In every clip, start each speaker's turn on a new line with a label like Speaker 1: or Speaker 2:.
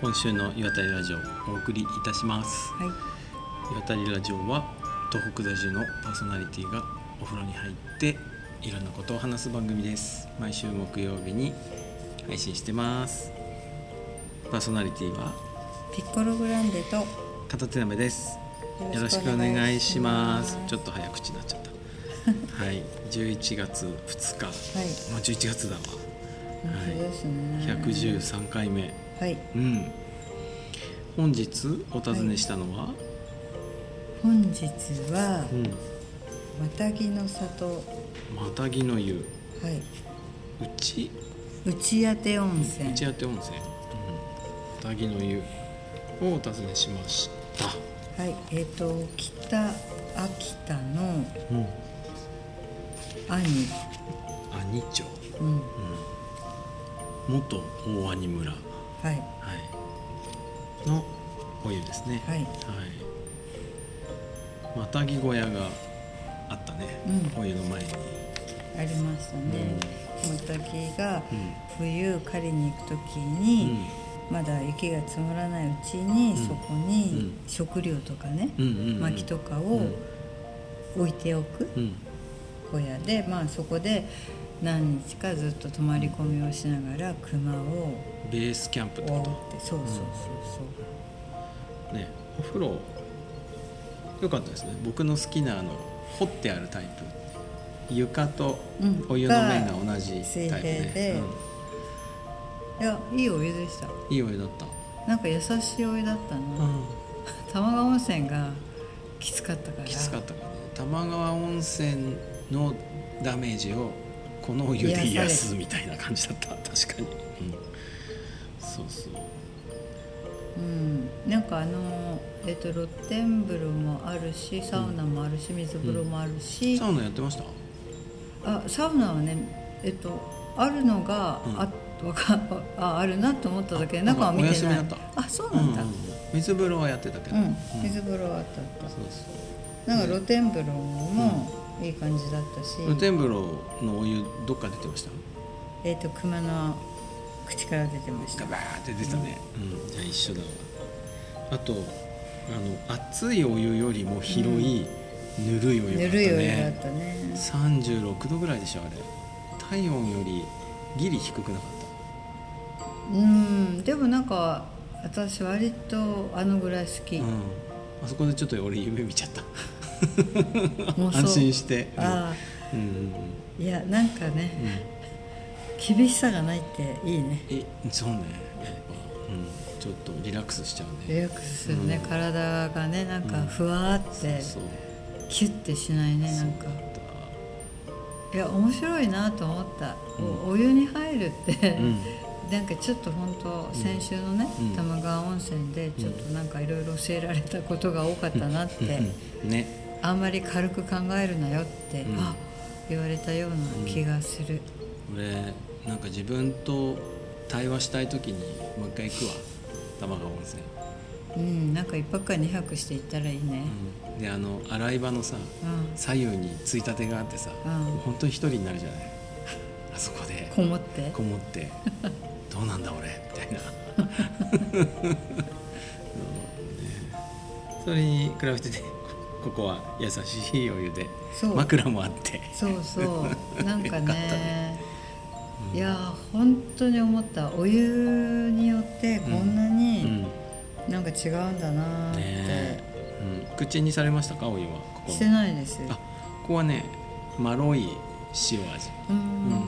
Speaker 1: 今週の岩谷ラジオお送りいたします
Speaker 2: はい、
Speaker 1: 岩谷ラジオは東北在住のパーソナリティがお風呂に入っていろんなことを話す番組です毎週木曜日に配信してますパーソナリティは
Speaker 2: ピッコログランデと
Speaker 1: 片手鍋ですよろしくお願いしますちょっと早口になっちゃったはい11月2日
Speaker 2: はい、
Speaker 1: もう11月だわ
Speaker 2: 本当ですね。
Speaker 1: 113回目、
Speaker 2: はい、
Speaker 1: うん。本日お尋ねしたのは、
Speaker 2: 本日は
Speaker 1: うん、
Speaker 2: わたぎの里、は
Speaker 1: マタギの湯、
Speaker 2: い、
Speaker 1: うち、
Speaker 2: 内当て温泉
Speaker 1: うちあて温泉、うん、マタギの湯をお尋ねしました。
Speaker 2: はい、えっ、と北秋田の
Speaker 1: うん、
Speaker 2: 兄、
Speaker 1: 兄町、
Speaker 2: う
Speaker 1: う
Speaker 2: ん、
Speaker 1: ん、元大兄村、は
Speaker 2: はい、
Speaker 1: い、のお湯ですね。
Speaker 2: はい、
Speaker 1: はい。マタギ小屋があったね。
Speaker 2: うん
Speaker 1: お湯の前に。
Speaker 2: ありましたね。わたぎが
Speaker 1: うん
Speaker 2: 冬狩りに行くとき
Speaker 1: う
Speaker 2: に、
Speaker 1: ん
Speaker 2: まだ雪が積もらないうちに、
Speaker 1: うん
Speaker 2: そこに
Speaker 1: う
Speaker 2: 食料とかね、
Speaker 1: うんうんうん、
Speaker 2: 薪とか
Speaker 1: う
Speaker 2: を
Speaker 1: ん
Speaker 2: 置いておく
Speaker 1: うん
Speaker 2: 小屋で、まあ、そこで何日かずっと泊まり込みをしながら熊を
Speaker 1: ベースキャンプって
Speaker 2: 追う
Speaker 1: こ
Speaker 2: っ
Speaker 1: と。
Speaker 2: てそうそうそう
Speaker 1: ねお風呂良かったですね僕の好きなあの掘ってあるタイプ床と
Speaker 2: そう、うん
Speaker 1: お湯の面が同じ
Speaker 2: 水
Speaker 1: タ
Speaker 2: 平
Speaker 1: イプで
Speaker 2: で、いやいいお湯でした
Speaker 1: うん、いいお湯だった、
Speaker 2: なんか優しいお湯だったな、 玉川温泉がきつかったから
Speaker 1: きつかったからね玉川温泉のダメージをこのお湯で癒すみたいな感じだった確かに、うん、そうそう
Speaker 2: うん、なんかあのえっ、と露天風呂もあるしサウナもあるし水風呂もあるし、
Speaker 1: サウナやってました
Speaker 2: あサウナはねえっとあるのが、
Speaker 1: うん
Speaker 2: あわかああるなと思っただけで中は見て
Speaker 1: あ
Speaker 2: ない
Speaker 1: お休みだった
Speaker 2: あそうなんだ
Speaker 1: うんうん水風呂はやってたけ
Speaker 2: う
Speaker 1: ど、
Speaker 2: ん、
Speaker 1: うん
Speaker 2: 水風呂はあったあ
Speaker 1: そう
Speaker 2: っ
Speaker 1: そう
Speaker 2: たなんか露天風呂もいい感じだったし、
Speaker 1: 露天風呂のお湯どっから出てました
Speaker 2: えっと熊の口から出てました
Speaker 1: ガバーって出たね、うんじゃあ一緒だわあとあの熱いお湯よりも広い、ぬるいお湯
Speaker 2: ぬ
Speaker 1: だった
Speaker 2: るいお湯だっ
Speaker 1: ね
Speaker 2: たね
Speaker 1: 36度ぐらいでしょあれ体温よりギリ低くなかっ
Speaker 2: うんでもなんか私割とあのぐらい好き、
Speaker 1: た、うん、あそこでちょっと俺夢見ちゃった
Speaker 2: 妄想
Speaker 1: 安心して
Speaker 2: あ
Speaker 1: うんうん
Speaker 2: あいやなんか
Speaker 1: う
Speaker 2: ね
Speaker 1: ん、うん
Speaker 2: 厳しさがないっていいね
Speaker 1: えそうねやっぱ、うん、ちょっとリラックスしちゃう
Speaker 2: リ
Speaker 1: ね
Speaker 2: ラックスするね、
Speaker 1: うん
Speaker 2: 体がねなんかふわーって
Speaker 1: そう
Speaker 2: キュッてしないねなんかいや面白いなと思った、
Speaker 1: うん
Speaker 2: おお湯に入るって、
Speaker 1: うん
Speaker 2: なんかちょっと本当先週のね、
Speaker 1: うん
Speaker 2: 玉川温泉でちょっとなんかいろいろ教えられたことが多かったなって、
Speaker 1: うんね
Speaker 2: あんまり軽く考えるなよって、
Speaker 1: うん
Speaker 2: あ言われたような気がする、
Speaker 1: 俺なんか自分と対話したい時にもう一回行くわ玉川温泉、
Speaker 2: うんなんか一泊か二泊していったらいいね、
Speaker 1: うんであの洗い場のさ
Speaker 2: うん
Speaker 1: 左右についたてがあってさ、
Speaker 2: うん
Speaker 1: もう本当に一人になるじゃない あそこで
Speaker 2: こもって
Speaker 1: こもって 「どうなんだ俺」みたいな そうねそれに比べてねここは優しいお湯で
Speaker 2: そう
Speaker 1: 枕もあって
Speaker 2: そう そうなん
Speaker 1: よ
Speaker 2: かね
Speaker 1: かったね
Speaker 2: いやー本当に思ったお湯によってこんな
Speaker 1: う
Speaker 2: に
Speaker 1: ん
Speaker 2: なんか違うんだなーって、
Speaker 1: ねえ、うん、口にされましたかお湯はここ
Speaker 2: してないです
Speaker 1: あここはねまろい塩味、う
Speaker 2: う
Speaker 1: ん
Speaker 2: ん、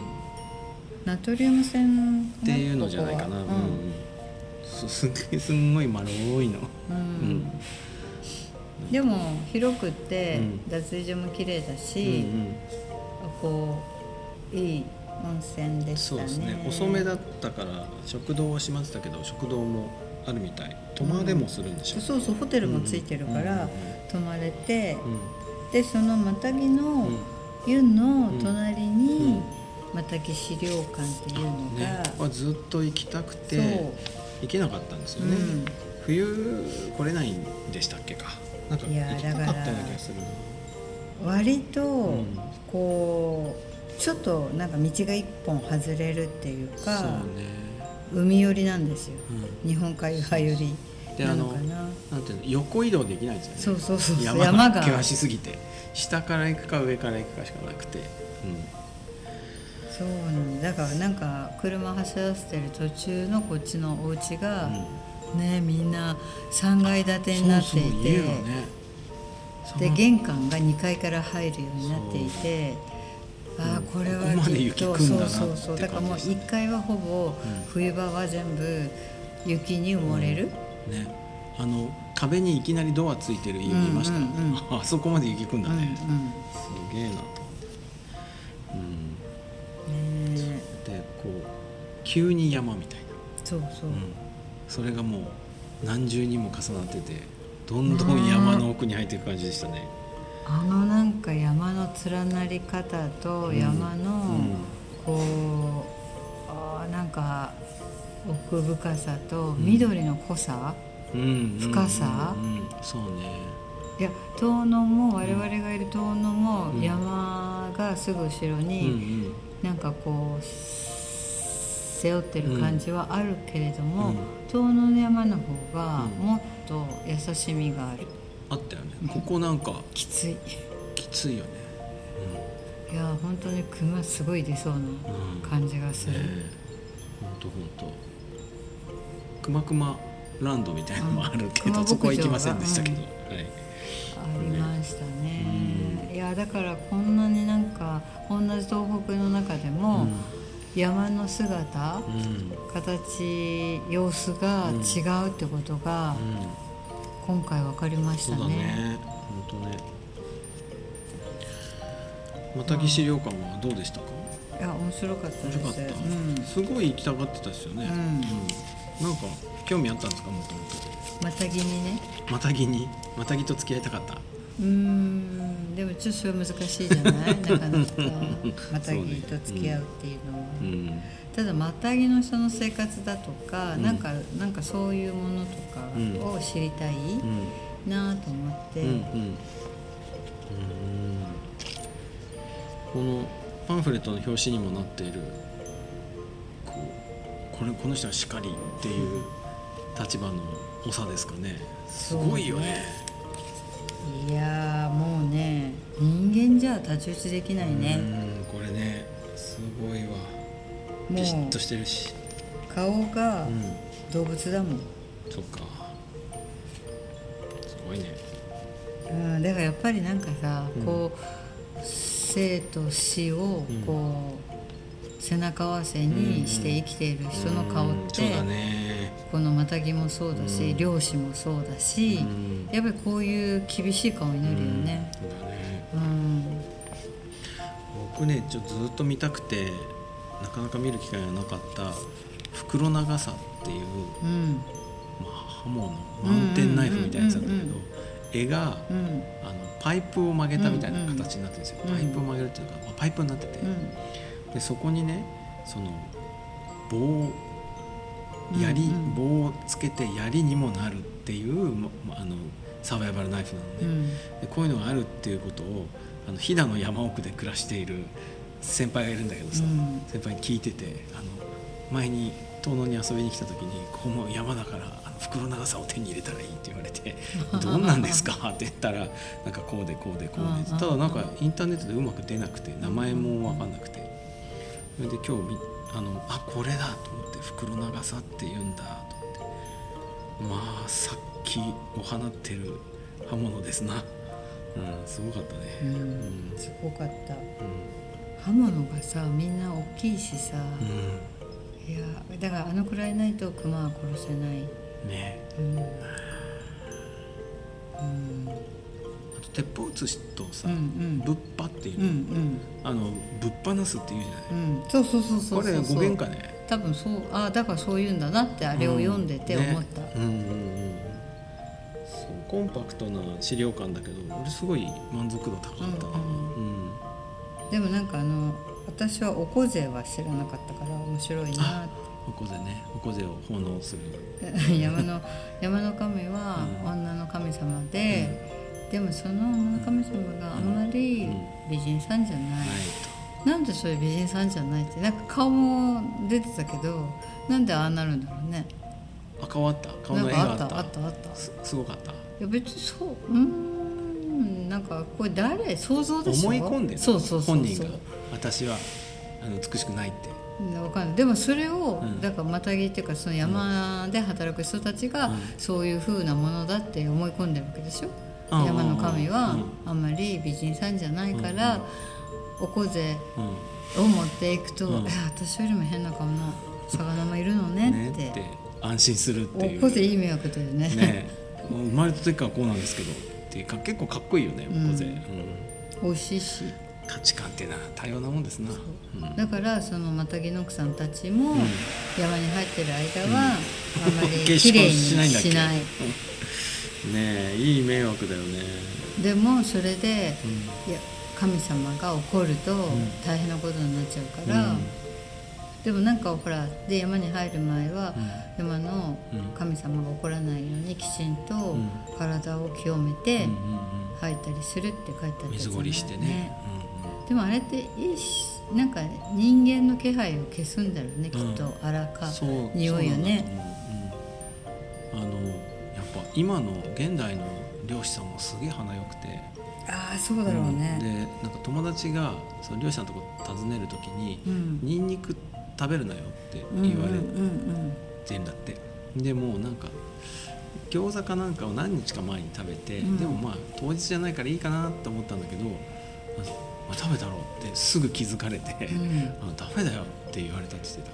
Speaker 2: ナトリウム線
Speaker 1: っていうのじゃないかな、
Speaker 2: こ
Speaker 1: う
Speaker 2: こは
Speaker 1: んすすんごいすんごいまろいの、
Speaker 2: うん
Speaker 1: うん
Speaker 2: うんでも広くって
Speaker 1: うん
Speaker 2: 脱衣所も綺麗だ
Speaker 1: うん
Speaker 2: し、
Speaker 1: うん
Speaker 2: こういい温泉でし
Speaker 1: そ
Speaker 2: た
Speaker 1: う
Speaker 2: ね
Speaker 1: ですね遅めだったから食堂は閉まってたけど食堂もあるみたい泊まれもするんでしょ、
Speaker 2: そうそうホテルもついてるから、
Speaker 1: うん
Speaker 2: 泊まれて、
Speaker 1: うん
Speaker 2: でそのマタギの
Speaker 1: うん
Speaker 2: 湯の隣に、マタギ資料館っていうの
Speaker 1: うんね
Speaker 2: が、
Speaker 1: ここはずっと行きたくて行けなかったんです
Speaker 2: そう、
Speaker 1: よね、
Speaker 2: うん
Speaker 1: 冬来れないんでしたっけかなんか
Speaker 2: いや
Speaker 1: 行きたかったよう
Speaker 2: だ
Speaker 1: な
Speaker 2: から
Speaker 1: 気がするな
Speaker 2: 割と、
Speaker 1: ん
Speaker 2: こうちょっとなんか道が一本外れるっていう
Speaker 1: そう
Speaker 2: か
Speaker 1: ね
Speaker 2: 海寄りなんですよ
Speaker 1: うん
Speaker 2: 日本海側寄り
Speaker 1: で
Speaker 2: な
Speaker 1: あ
Speaker 2: の
Speaker 1: の
Speaker 2: かな
Speaker 1: なんていうの横移動できないんですよね
Speaker 2: そうそうそうそう
Speaker 1: 山
Speaker 2: 山
Speaker 1: が
Speaker 2: が
Speaker 1: 険しすぎて下から行くか上から行くかしかなくて、
Speaker 2: そうなんだだからなんか車走らせてる途中のこっちのお家
Speaker 1: う
Speaker 2: が
Speaker 1: んうん、
Speaker 2: ねみんな3階建てになってい
Speaker 1: そうそう
Speaker 2: て
Speaker 1: 家がねそ
Speaker 2: で
Speaker 1: の
Speaker 2: 玄関が2階から入るようになっていてああ
Speaker 1: うん
Speaker 2: これ
Speaker 1: ここ
Speaker 2: は
Speaker 1: まで
Speaker 2: きっ
Speaker 1: 雪
Speaker 2: と
Speaker 1: 来んだ
Speaker 2: そ
Speaker 1: な
Speaker 2: うそうそう
Speaker 1: って
Speaker 2: だからもう
Speaker 1: 感じです
Speaker 2: 1階はほぼ
Speaker 1: ん
Speaker 2: 冬場は全部雪に埋もれる、
Speaker 1: ねあの壁にいきなりドアついてる家見ましたよ、
Speaker 2: うんうん
Speaker 1: あそこまで雪くん
Speaker 2: う
Speaker 1: だ
Speaker 2: んうん
Speaker 1: ね、すげえなと思ってうん
Speaker 2: ねえ
Speaker 1: でこう急に山みたいな、
Speaker 2: そうそう、
Speaker 1: うん、それがもう何重にも重なっててどんどん山の奥に入っていく感じでしたね、
Speaker 2: あのなんか山の連なり方と
Speaker 1: うん
Speaker 2: 山の、
Speaker 1: うん
Speaker 2: こうあーなんか奥深さと
Speaker 1: ん
Speaker 2: 緑の濃さ、
Speaker 1: うんうん
Speaker 2: 深さ
Speaker 1: うんうんそうね
Speaker 2: いや遠野も我々がいる遠野
Speaker 1: うん
Speaker 2: も山がすぐ後ろ
Speaker 1: うんう
Speaker 2: に
Speaker 1: ん
Speaker 2: なんかこう背負ってる感じはあるけれども、
Speaker 1: うん
Speaker 2: 遠野の山の方が
Speaker 1: うん
Speaker 2: もっと優しみがある
Speaker 1: あったよねここなんか
Speaker 2: きついい
Speaker 1: きついよね、
Speaker 2: や本当に熊すごい出そう
Speaker 1: うん
Speaker 2: な感じが
Speaker 1: う
Speaker 2: す
Speaker 1: ん、
Speaker 2: る
Speaker 1: ね。ほんとほんとくまくまランドみたいなのもあるけど、
Speaker 2: うん
Speaker 1: そこは行きませんでしたけど、
Speaker 2: うん
Speaker 1: はい
Speaker 2: ありましたね
Speaker 1: う
Speaker 2: いやだからこんなになんか同じ東北の中でも山の姿、
Speaker 1: うんうん
Speaker 2: 形様子が違うってことが
Speaker 1: うん
Speaker 2: 今回分かりまし
Speaker 1: そ
Speaker 2: た
Speaker 1: うだ
Speaker 2: ね。
Speaker 1: ね。本当ね。またぎ資料館はどうでしたか。
Speaker 2: いや面白かった
Speaker 1: 面
Speaker 2: で
Speaker 1: 白かっ
Speaker 2: す。
Speaker 1: た、
Speaker 2: うん、
Speaker 1: すごい行きたがってたですよね。
Speaker 2: うん
Speaker 1: うんなんか興味あったんですか、もとも
Speaker 2: またぎにね。
Speaker 1: と。またぎに、またぎと付き合いたかった。
Speaker 2: うーんでもちょっとそれ難しいじゃ ないなかなかまたぎと付き合うっていうのは。
Speaker 1: うん。
Speaker 2: ただマタギの人の生活だとか、
Speaker 1: うん
Speaker 2: なんかなんかそういうものとかを知りたい
Speaker 1: うん。
Speaker 2: なと思って、
Speaker 1: うん。うん。うんこのパンフレットの表紙にもなっている。こう、これ、この人はしかりっていう立場の長ですかね。すごいよね。
Speaker 2: いやーもうね人間じゃ太刀打ちできないね、
Speaker 1: うんこれねすごいわ
Speaker 2: も
Speaker 1: ビシッと
Speaker 2: う
Speaker 1: してるし
Speaker 2: 顔が
Speaker 1: うん
Speaker 2: 動物だもん、
Speaker 1: そっかすごいね
Speaker 2: うん、だからやっぱりなんかさ、
Speaker 1: うん
Speaker 2: こう生と死を
Speaker 1: うん
Speaker 2: こう、背中合わせにして生きている人の顔
Speaker 1: うん
Speaker 2: って、
Speaker 1: そうだね
Speaker 2: このマタギもそうだし、
Speaker 1: うん
Speaker 2: 漁師もそうだし、
Speaker 1: うん
Speaker 2: やっぱりこういう厳しい顔になるよね。
Speaker 1: うんそうだね
Speaker 2: うん、
Speaker 1: 僕ねちょっとずっと見たくてなかなか見る機会がなかった袋長さっていう、
Speaker 2: うん、
Speaker 1: まあ、刃物満点ナイフみたいなやつなんだけ
Speaker 2: うんうん
Speaker 1: ど
Speaker 2: うん
Speaker 1: 絵が
Speaker 2: うん、
Speaker 1: あのパイプを曲げたみたいな形になってるんですよ、
Speaker 2: うんうん
Speaker 1: パイプを曲げるっていうか、まあパイプになってて、
Speaker 2: うん、
Speaker 1: でそこにねその棒
Speaker 2: うん
Speaker 1: 槍、
Speaker 2: うん
Speaker 1: 棒をつけて槍にもなるっていう、ままあのサバイバルナイフなの
Speaker 2: う
Speaker 1: で,、
Speaker 2: ん、
Speaker 1: でこういうのがあるっていうことをあの飛騨の山奥で暮らしている先輩がいるんだけどさ、
Speaker 2: うん
Speaker 1: 先輩に聞いててあの前に遠野に遊びに来た時に「ここも山だからあの袋長さを手に入れたらいい」って言われ て「どんなんですか?」って言ったらなんかこうでこうでこうで
Speaker 2: うん
Speaker 1: ただなんかインターネットでうまく出なくて名前も分かんなくてそれで今日みあのあこれだと思って袋長さって言うんだと思ってまあさっきお放ってる刃物ですなうんすごかったね
Speaker 2: う
Speaker 1: うん
Speaker 2: ん、すごかった。刃物がさ、みんな大きいしさ、
Speaker 1: うん
Speaker 2: いや、だからあのくらいないと熊は殺せない。
Speaker 1: うんね
Speaker 2: うん、うん、
Speaker 1: あと鉄砲撃つとさ、
Speaker 2: うんうん
Speaker 1: ぶっぱっていう
Speaker 2: う
Speaker 1: の、
Speaker 2: ん、
Speaker 1: あのぶっ放すっていうじゃない、
Speaker 2: うん、うん、そうそうそうそうそうそう。
Speaker 1: これ語源かね
Speaker 2: 多分そう、あ、だからそういうんだなってあれを読んでて思った。
Speaker 1: うんねうんうんうんそうコンパクトな資料館だけど俺すごい満足度高かったな、う
Speaker 2: うんでもなんかあの私はおこぜは知らなかったから面白いなっ
Speaker 1: おこぜねおこぜを奉納する
Speaker 2: て 山の山の神は
Speaker 1: うん
Speaker 2: 女の神様で、でもその女の神様があんまり美人さんじゃない、
Speaker 1: はい
Speaker 2: なんでそういう美人さんじゃないってなんか顔も出てたけどなんでああなるんだろうね
Speaker 1: あ顔あった顔
Speaker 2: なん
Speaker 1: の絵があ
Speaker 2: か
Speaker 1: っ
Speaker 2: あったたあったあった
Speaker 1: すすごかった
Speaker 2: いや別にそううーんなんかこれ誰想像でしょ
Speaker 1: 思い込んでる
Speaker 2: そうそうそうそう
Speaker 1: 本人が私はあの美しくないって
Speaker 2: うんわかんないでもそれを、
Speaker 1: うん
Speaker 2: だからまたぎっていうかその山で働く人たちが、
Speaker 1: うん
Speaker 2: そういう風なものだって思い込んでるわけでしょ、
Speaker 1: うんうんうん
Speaker 2: 山の神は
Speaker 1: うん
Speaker 2: あんまり美人さんじゃないから、おこぜ
Speaker 1: うん
Speaker 2: を持っていくと、
Speaker 1: うん
Speaker 2: え私よりも変な顔の魚もいるのねって
Speaker 1: ねって安心するってい
Speaker 2: お
Speaker 1: う
Speaker 2: こぜいい迷惑だよね
Speaker 1: ね生まれた時からこうなんですけどっていうか結構かっこいいよね
Speaker 2: う
Speaker 1: お
Speaker 2: ん
Speaker 1: こぜ、うん
Speaker 2: 美味しいし
Speaker 1: 価値観ってな多様なもんですなうん
Speaker 2: だからそのまたぎの奥さんたちも、
Speaker 1: ん
Speaker 2: 山に入ってる間は、あん ま
Speaker 1: 化粧
Speaker 2: り綺麗に
Speaker 1: しないんだっけ
Speaker 2: しない
Speaker 1: ねえいい迷惑だよね
Speaker 2: でもそれで、
Speaker 1: うん
Speaker 2: いや神様が怒ると大変なことになっちゃうから、
Speaker 1: うん
Speaker 2: でもなんかほらで山に入る前は、山の
Speaker 1: うん
Speaker 2: 神様が怒らないようにきちんと
Speaker 1: ん
Speaker 2: 体を清めて
Speaker 1: うんうんうん
Speaker 2: 入ったりするって書いてあったじゃない
Speaker 1: 水掘りしてね
Speaker 2: でもあれっていいしなんか人間の気配を消すんだろうねきっと、
Speaker 1: うん
Speaker 2: 荒
Speaker 1: うんう
Speaker 2: か
Speaker 1: ん、そう
Speaker 2: 匂いよね
Speaker 1: そうなんだと思ううんあのやっぱ今の現代の漁師さんもすげえ鼻良くて
Speaker 2: ああそうだろう
Speaker 1: で
Speaker 2: ね、
Speaker 1: なんか友達がその漁師さんのとこ訪ねる時に
Speaker 2: う
Speaker 1: 「
Speaker 2: ん
Speaker 1: ニンニク食べるなよ」って
Speaker 2: うん、
Speaker 1: 言われ
Speaker 2: うんうん
Speaker 1: てんだって、でもうなんか餃子かなんかを何日か前に食べて、
Speaker 2: うん
Speaker 1: でもまあ当日じゃないからいいかなと思ったんだけど「ああ食べたろ」ってすぐ気づかれて
Speaker 2: うんうん
Speaker 1: あダメだよって言われたって言って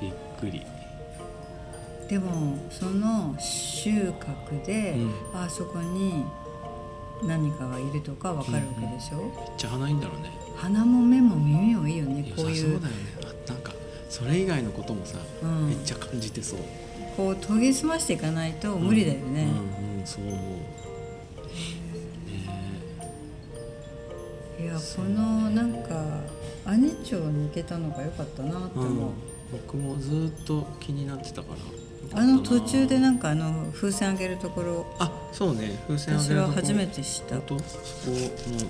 Speaker 1: たびっくり
Speaker 2: でもその収穫で、
Speaker 1: うん
Speaker 2: あそこに何かがいるとかわかるわけでしょ、
Speaker 1: めっちゃ鼻いいんだろうね
Speaker 2: 鼻も目も耳もいいよね
Speaker 1: 良さそ
Speaker 2: こ
Speaker 1: ううだ
Speaker 2: い
Speaker 1: よ
Speaker 2: う
Speaker 1: ねあなんかそれ以外のこともさ、
Speaker 2: うん
Speaker 1: めっちゃ感じてそう
Speaker 2: こう研ぎ澄ましていかないと無理だよね、
Speaker 1: うん、うん、そう思うね
Speaker 2: いやこのなんか兄町に行けたのが良かったなって
Speaker 1: え、う
Speaker 2: 思
Speaker 1: ん、
Speaker 2: う、
Speaker 1: 僕もずっと気になってたから
Speaker 2: あの途中でなん
Speaker 1: か
Speaker 2: んかあの風船あげるところ
Speaker 1: あそうね風船あげ
Speaker 2: 私
Speaker 1: ると
Speaker 2: は
Speaker 1: こ
Speaker 2: 初めて知った
Speaker 1: 本当そこ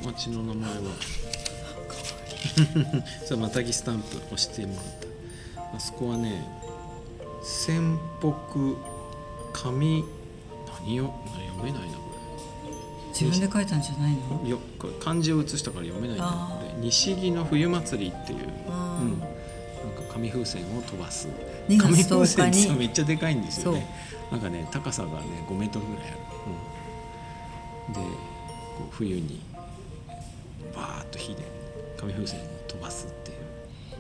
Speaker 1: の町の名前は そうまたぎスタンプ押してもらったあそこはね仙北紙何を読めないなこ
Speaker 2: 自分で書いたんじゃないの
Speaker 1: れよこれ漢字を写したから読めないな
Speaker 2: あー
Speaker 1: これ西木の冬祭りっていう、
Speaker 2: あー
Speaker 1: うん、なんか紙風船を飛ばす
Speaker 2: 2
Speaker 1: 紙
Speaker 2: 月
Speaker 1: 風
Speaker 2: 10
Speaker 1: 船
Speaker 2: 日
Speaker 1: ってさ
Speaker 2: に
Speaker 1: めっちゃでかいんですよねなんかね高さがね5メートルぐらいある、うん、でこう冬にバーッと火で紙風船を飛ばすっていう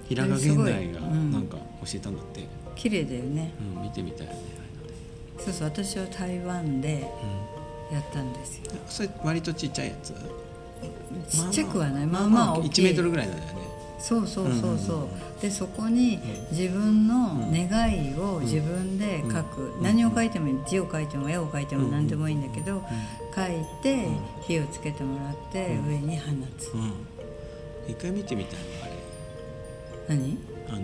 Speaker 1: 平賀源内が
Speaker 2: すごいうん
Speaker 1: なんか教えたんだって、
Speaker 2: 綺麗だよね
Speaker 1: うん見てみたいよね
Speaker 2: そうそう私は台湾で
Speaker 1: あれね、
Speaker 2: やったんですよ
Speaker 1: うん、それ割とちっちゃいやつ
Speaker 2: ちっちゃくはない
Speaker 1: ま
Speaker 2: ま
Speaker 1: あ
Speaker 2: あ
Speaker 1: まあ
Speaker 2: まあ大きい
Speaker 1: 1メートルぐらいなんだよね
Speaker 2: そうそうそうそう、
Speaker 1: うんうん
Speaker 2: でそこに
Speaker 1: う
Speaker 2: 自分の
Speaker 1: うん
Speaker 2: 願いを自分で書く、
Speaker 1: うん
Speaker 2: 何を書いてもいい字を書いても絵を書いても
Speaker 1: うん
Speaker 2: 何でもいいんだけど、書いて
Speaker 1: うん
Speaker 2: 火をつけてもらって
Speaker 1: うん
Speaker 2: 上に放つ、
Speaker 1: うん、一回見てみたいなあれ
Speaker 2: 何
Speaker 1: あの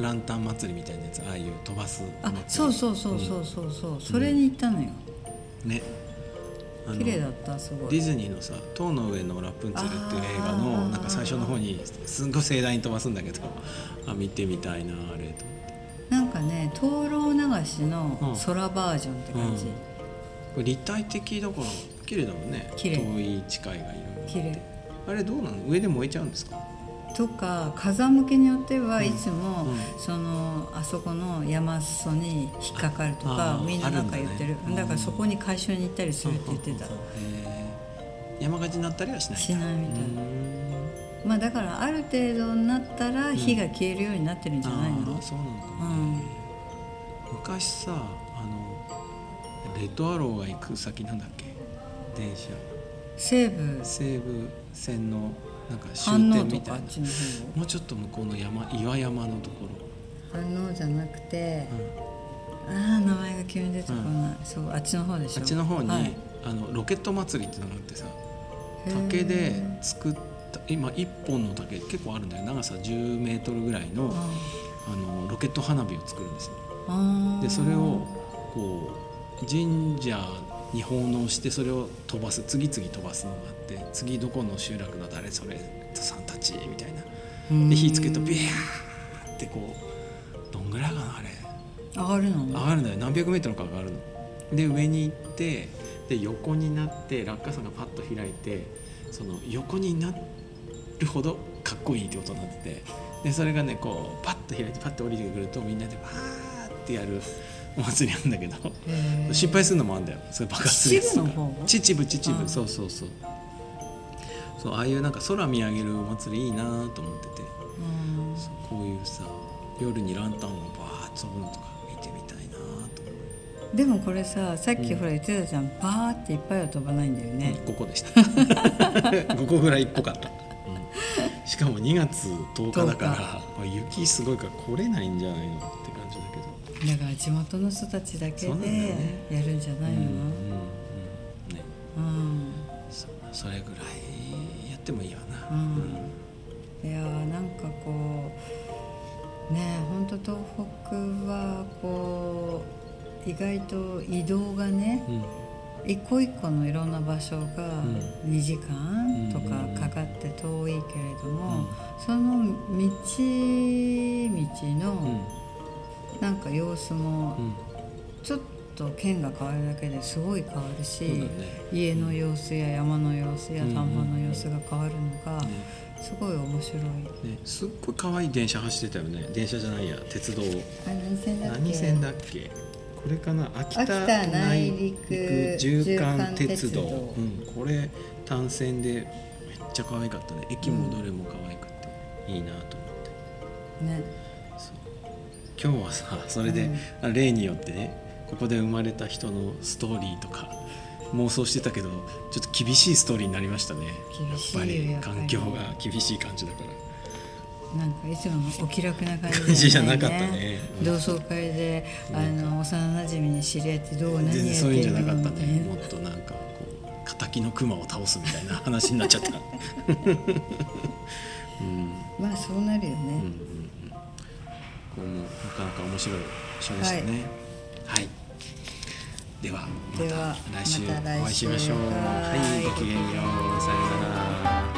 Speaker 1: ランタン祭りみたいなやつああいう飛ばす
Speaker 2: あ
Speaker 1: 祭り
Speaker 2: そうそうそうそうそうそうそれに行ったのよ
Speaker 1: ねあの
Speaker 2: 綺麗だったすご
Speaker 1: ディ
Speaker 2: い
Speaker 1: ズニーのさ「塔の上のラプンツェル」っていう映画
Speaker 2: あ
Speaker 1: の
Speaker 2: ー
Speaker 1: なんか最初の方にすんごい盛大に飛ばすんだけどあ見てみたいなあれと
Speaker 2: なんかね灯籠流し
Speaker 1: うん
Speaker 2: の空バージョンって感じ、
Speaker 1: うんこれ立体的だから綺麗だもんね
Speaker 2: 綺麗
Speaker 1: 遠い近いがいろい
Speaker 2: 綺麗
Speaker 1: ろあれどうなの上で燃えちゃうんですか
Speaker 2: とか風向きによって
Speaker 1: う
Speaker 2: は
Speaker 1: ん
Speaker 2: いつも、
Speaker 1: うん
Speaker 2: そのあそこの山裾に引っかかると
Speaker 1: あ
Speaker 2: か
Speaker 1: ー
Speaker 2: みんななんか言ってる
Speaker 1: あ
Speaker 2: だ,、
Speaker 1: るんだね
Speaker 2: からそこに回収に行ったりするって言ってた、
Speaker 1: うんうんうんへー山火事になったりはしないんだ
Speaker 2: しないみたいう
Speaker 1: ーん
Speaker 2: まあだからある程度になったら火が消えるようになってるんじゃない
Speaker 1: あ
Speaker 2: の
Speaker 1: ー、そうなのか
Speaker 2: う
Speaker 1: もね、
Speaker 2: ん、
Speaker 1: 昔さあのレッドアローが行く先なんだっけ電車
Speaker 2: 西部
Speaker 1: 西武線のなんか終
Speaker 2: 反応
Speaker 1: 点
Speaker 2: と
Speaker 1: みた
Speaker 2: かあ
Speaker 1: い
Speaker 2: っ
Speaker 1: な
Speaker 2: ちの
Speaker 1: もうちょっと向こうの山岩山のとこ
Speaker 2: 方反応じゃなくて
Speaker 1: ろ、、
Speaker 2: ああ名前が急に出てこない、そうあっちの方でしょ
Speaker 1: あっちの方に、
Speaker 2: はい
Speaker 1: あのロケット祭りってのがあってさ
Speaker 2: へー
Speaker 1: 竹で作った今一本の竹結構あるんだよ長さ10メートルぐらいの
Speaker 2: あ
Speaker 1: あのロケット花火を作るんですよ
Speaker 2: ーあー
Speaker 1: でそれをこう神社に奉納してそれを飛ばす次々飛ばすのがあって次どこの集落の誰それさんたちみたいな
Speaker 2: うん
Speaker 1: で火つけるとビャーっってこうどんぐらいかなあれ
Speaker 2: 上がるの
Speaker 1: 上がるんだよ何百メートルか上がるので上に行ってで横になって落下傘がパッと開いてその横になるほどかっこいいってことになっててでそれがねこうパッと開いてパッと降りてくるとみんなでバーってやるお祭りなんだけど
Speaker 2: へー
Speaker 1: 失敗するのもあんだよそれ爆発するやつとか
Speaker 2: 秩父の方
Speaker 1: 秩父秩
Speaker 2: ああ
Speaker 1: 父そうそうそうそうああいうなんか空見上げるお祭りいいなと思ってて
Speaker 2: うん
Speaker 1: そうこういうさ夜にランタンをバーッと飛ぶのとか見てみたいなと思う
Speaker 2: でもこれささっき
Speaker 1: うん
Speaker 2: ほら言ってたじゃん、バーっていっぱいは飛ばないんだよね、
Speaker 1: ここでした ここぐらいっぽかった、うんしかも2月10日だからまあ雪すごいから来れないんじゃないのって感じだけど
Speaker 2: だから地元の人たちだ
Speaker 1: そ
Speaker 2: け
Speaker 1: うなんだよ
Speaker 2: で
Speaker 1: ね
Speaker 2: やるんじゃないの
Speaker 1: うんうんうんね
Speaker 2: うん、
Speaker 1: そそれぐらいやってもいいわな、
Speaker 2: うんいやーなんかこうねえほんと東北はこう意外と移動がね
Speaker 1: うん
Speaker 2: 一個一個のいろんな場所が
Speaker 1: ん
Speaker 2: 2時間とかかかって遠いけれども、その道々
Speaker 1: うんうん
Speaker 2: のなんか様子も
Speaker 1: うん
Speaker 2: ちょっと県が変わるだけですごい変わるし、
Speaker 1: そうだね
Speaker 2: 家の様子や山の様子や田んぼの様子が変わるのが
Speaker 1: ね
Speaker 2: すごい面白い。
Speaker 1: ね、すっごい可愛い電車走ってたよね電車じゃないや鉄道
Speaker 2: あ何線だっけ
Speaker 1: 何線だっけこれかな秋田
Speaker 2: 秋田内陸
Speaker 1: 内陸縦貫鉄道
Speaker 2: 縦貫鉄道
Speaker 1: うん、これ単線でめっちゃ可愛かったね駅もどれも可愛くて、いいなと思って
Speaker 2: ね
Speaker 1: そう今日はさそれで、例によってねここで生まれた人のストーリーとか妄想してたけどちょっと厳しいストーリーになりましたね
Speaker 2: 厳しいよ
Speaker 1: や
Speaker 2: や
Speaker 1: っ
Speaker 2: っぱ
Speaker 1: ぱり
Speaker 2: り
Speaker 1: 環境が厳しい感じだから。
Speaker 2: なんかいつものお気楽な感じ
Speaker 1: 感じじゃなかったねうん
Speaker 2: 同窓会であの幼馴染に知り合ってどう何
Speaker 1: 全然
Speaker 2: やっ
Speaker 1: そういうん
Speaker 2: て
Speaker 1: じゃ
Speaker 2: る
Speaker 1: なか
Speaker 2: の
Speaker 1: っ
Speaker 2: み
Speaker 1: た
Speaker 2: た
Speaker 1: ね
Speaker 2: い
Speaker 1: もっとなんかこう敵の熊を倒すみたいな話になっちゃったうん
Speaker 2: なまあそうなる
Speaker 1: う
Speaker 2: よ
Speaker 1: んうんう
Speaker 2: ね、
Speaker 1: んこれもなかなか面白い書でしたねはい、ではま
Speaker 2: では
Speaker 1: た来週
Speaker 2: また来週
Speaker 1: お会いしましょう
Speaker 2: は
Speaker 1: はいいごきげんようさようなら